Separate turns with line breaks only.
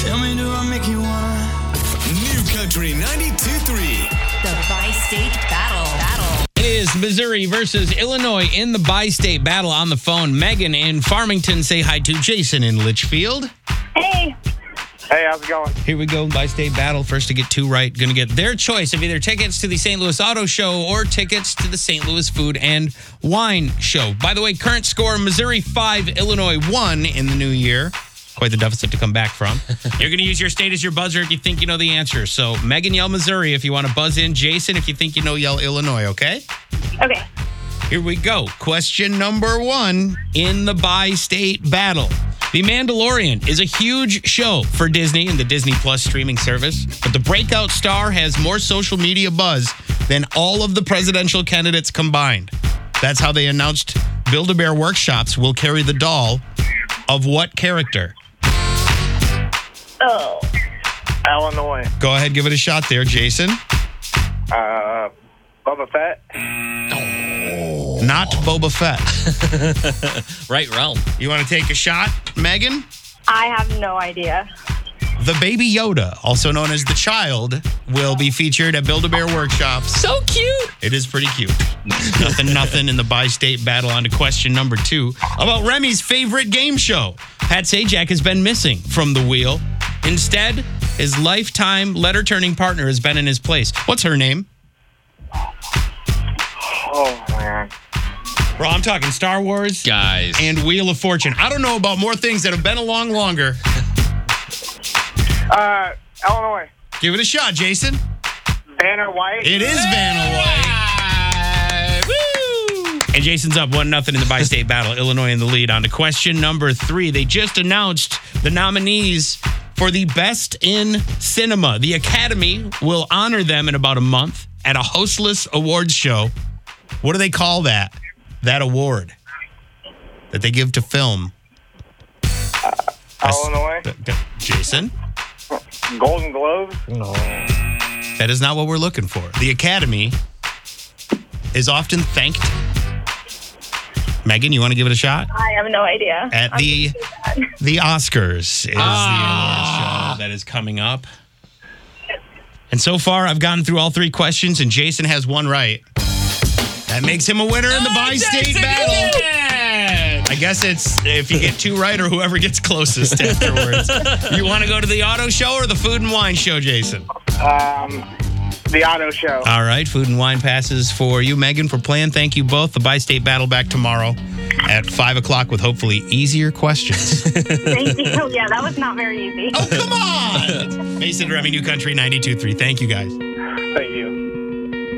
Tell me, do I make you wanna?
New Country 92.3.
The bi state battle. Battle.
It is Missouri versus Illinois in the bi state battle on the phone. Megan in Farmington, say hi to Jason in Litchfield.
Hey,
Hey, how's it going?
Here we go, bi state battle. First to get two right, going to get their choice of either tickets to the St. Louis Auto Show or tickets to the St. Louis Food and Wine Show. By the way, current score Missouri 5, Illinois 1 in the new year. Quite the deficit to come back from. You're going to use your state as your buzzer if you think you know the answer. So, Megan, yell Missouri if you want to buzz in. Jason, if you think you know, yell Illinois, okay?
okay.
Here we go. Question number one in the bi state battle. The Mandalorian is a huge show for Disney and the Disney Plus streaming service, but the breakout star has more social media buzz than all of the presidential candidates combined. That's how they announced Build a Bear Workshops will carry the doll of what character?
Oh,
Illinois.
Go ahead, give it a shot there, Jason.
Uh, Bubba Fett.
Not Boba Fett.
Right realm.
You want to take a shot, Megan?
I have no idea.
The baby Yoda, also known as the child, will be featured at Build a Bear Workshops.
So cute.
It is pretty cute. nothing, nothing in the bi state battle. On to question number two about Remy's favorite game show. Pat Sajak has been missing from the wheel. Instead, his lifetime letter turning partner has been in his place. What's her name?
Oh, man.
Bro, I'm talking Star Wars
Guys.
and Wheel of Fortune. I don't know about more things that have been along longer.
Uh, Illinois.
Give it a shot, Jason.
Banner White.
It is Vanna White. And Jason's up one nothing in the bi-state battle. Illinois in the lead. On to question number three. They just announced the nominees for the Best in Cinema. The Academy will honor them in about a month at a hostless awards show. What do they call that? That award that they give to film.
Illinois.
Jason,
Golden Globes.
that is not what we're looking for. The Academy is often thanked. Megan, you want to give it a shot?
I have no idea.
at the the Oscars is
Ah.
the award show that is coming up. And so far, I've gotten through all three questions, and Jason has one right. That makes him a winner in
Ah,
the bi-state battle. I guess it's if you get two right or whoever gets closest afterwards. you want to go to the auto show or the food and wine show, Jason?
Um, the Auto Show.
All right, food and wine passes for you, Megan, for playing. Thank you both. The bi-state battle back tomorrow at five o'clock with hopefully easier questions.
Thank you. Yeah, that was not very easy.
Oh, come on! Mason and Remy, New Country 92.3. Thank you guys.
Thank you.